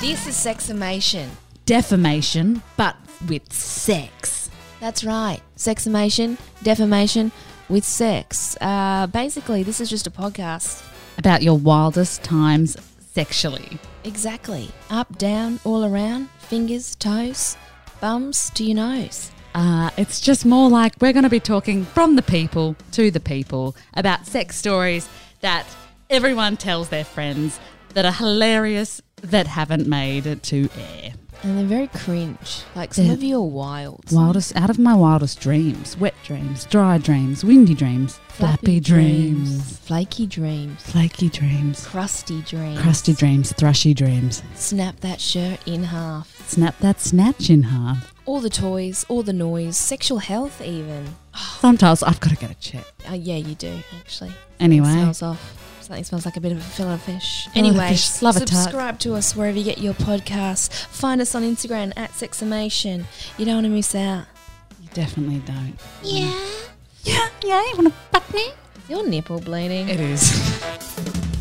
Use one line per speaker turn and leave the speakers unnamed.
This is sexamation.
Defamation, but with sex.
That's right. Sexamation, defamation with sex. Uh, basically, this is just a podcast.
About your wildest times sexually.
Exactly. Up, down, all around, fingers, toes, bums to your nose.
Uh, it's just more like we're going to be talking from the people to the people about sex stories that everyone tells their friends that are hilarious that haven't made it to air.
And they're very cringe. Like some
They're-
of you are wild.
Wildest out of my wildest dreams, wet dreams, dry dreams, windy dreams, flappy dreams,
Flaky dreams.
flaky dreams,
Crusty dreams.
crusty dreams, thrushy dreams.
Snap that shirt in half.
Snap that snatch in half.
All the toys, all the noise, sexual health even.
Sometimes I've got to get a check.
Uh, yeah, you do actually.
Anyway.
Something smells off. Something smells like a bit of a fillet of fish.
Fillet of
anyway,
fish, love a tart.
subscribe to us wherever you get your podcasts. Find us on Instagram at Sexamation. You don't want to miss out.
You definitely don't.
Yeah.
Yeah, yeah, you want to fuck me?
Your nipple bleeding.
It is.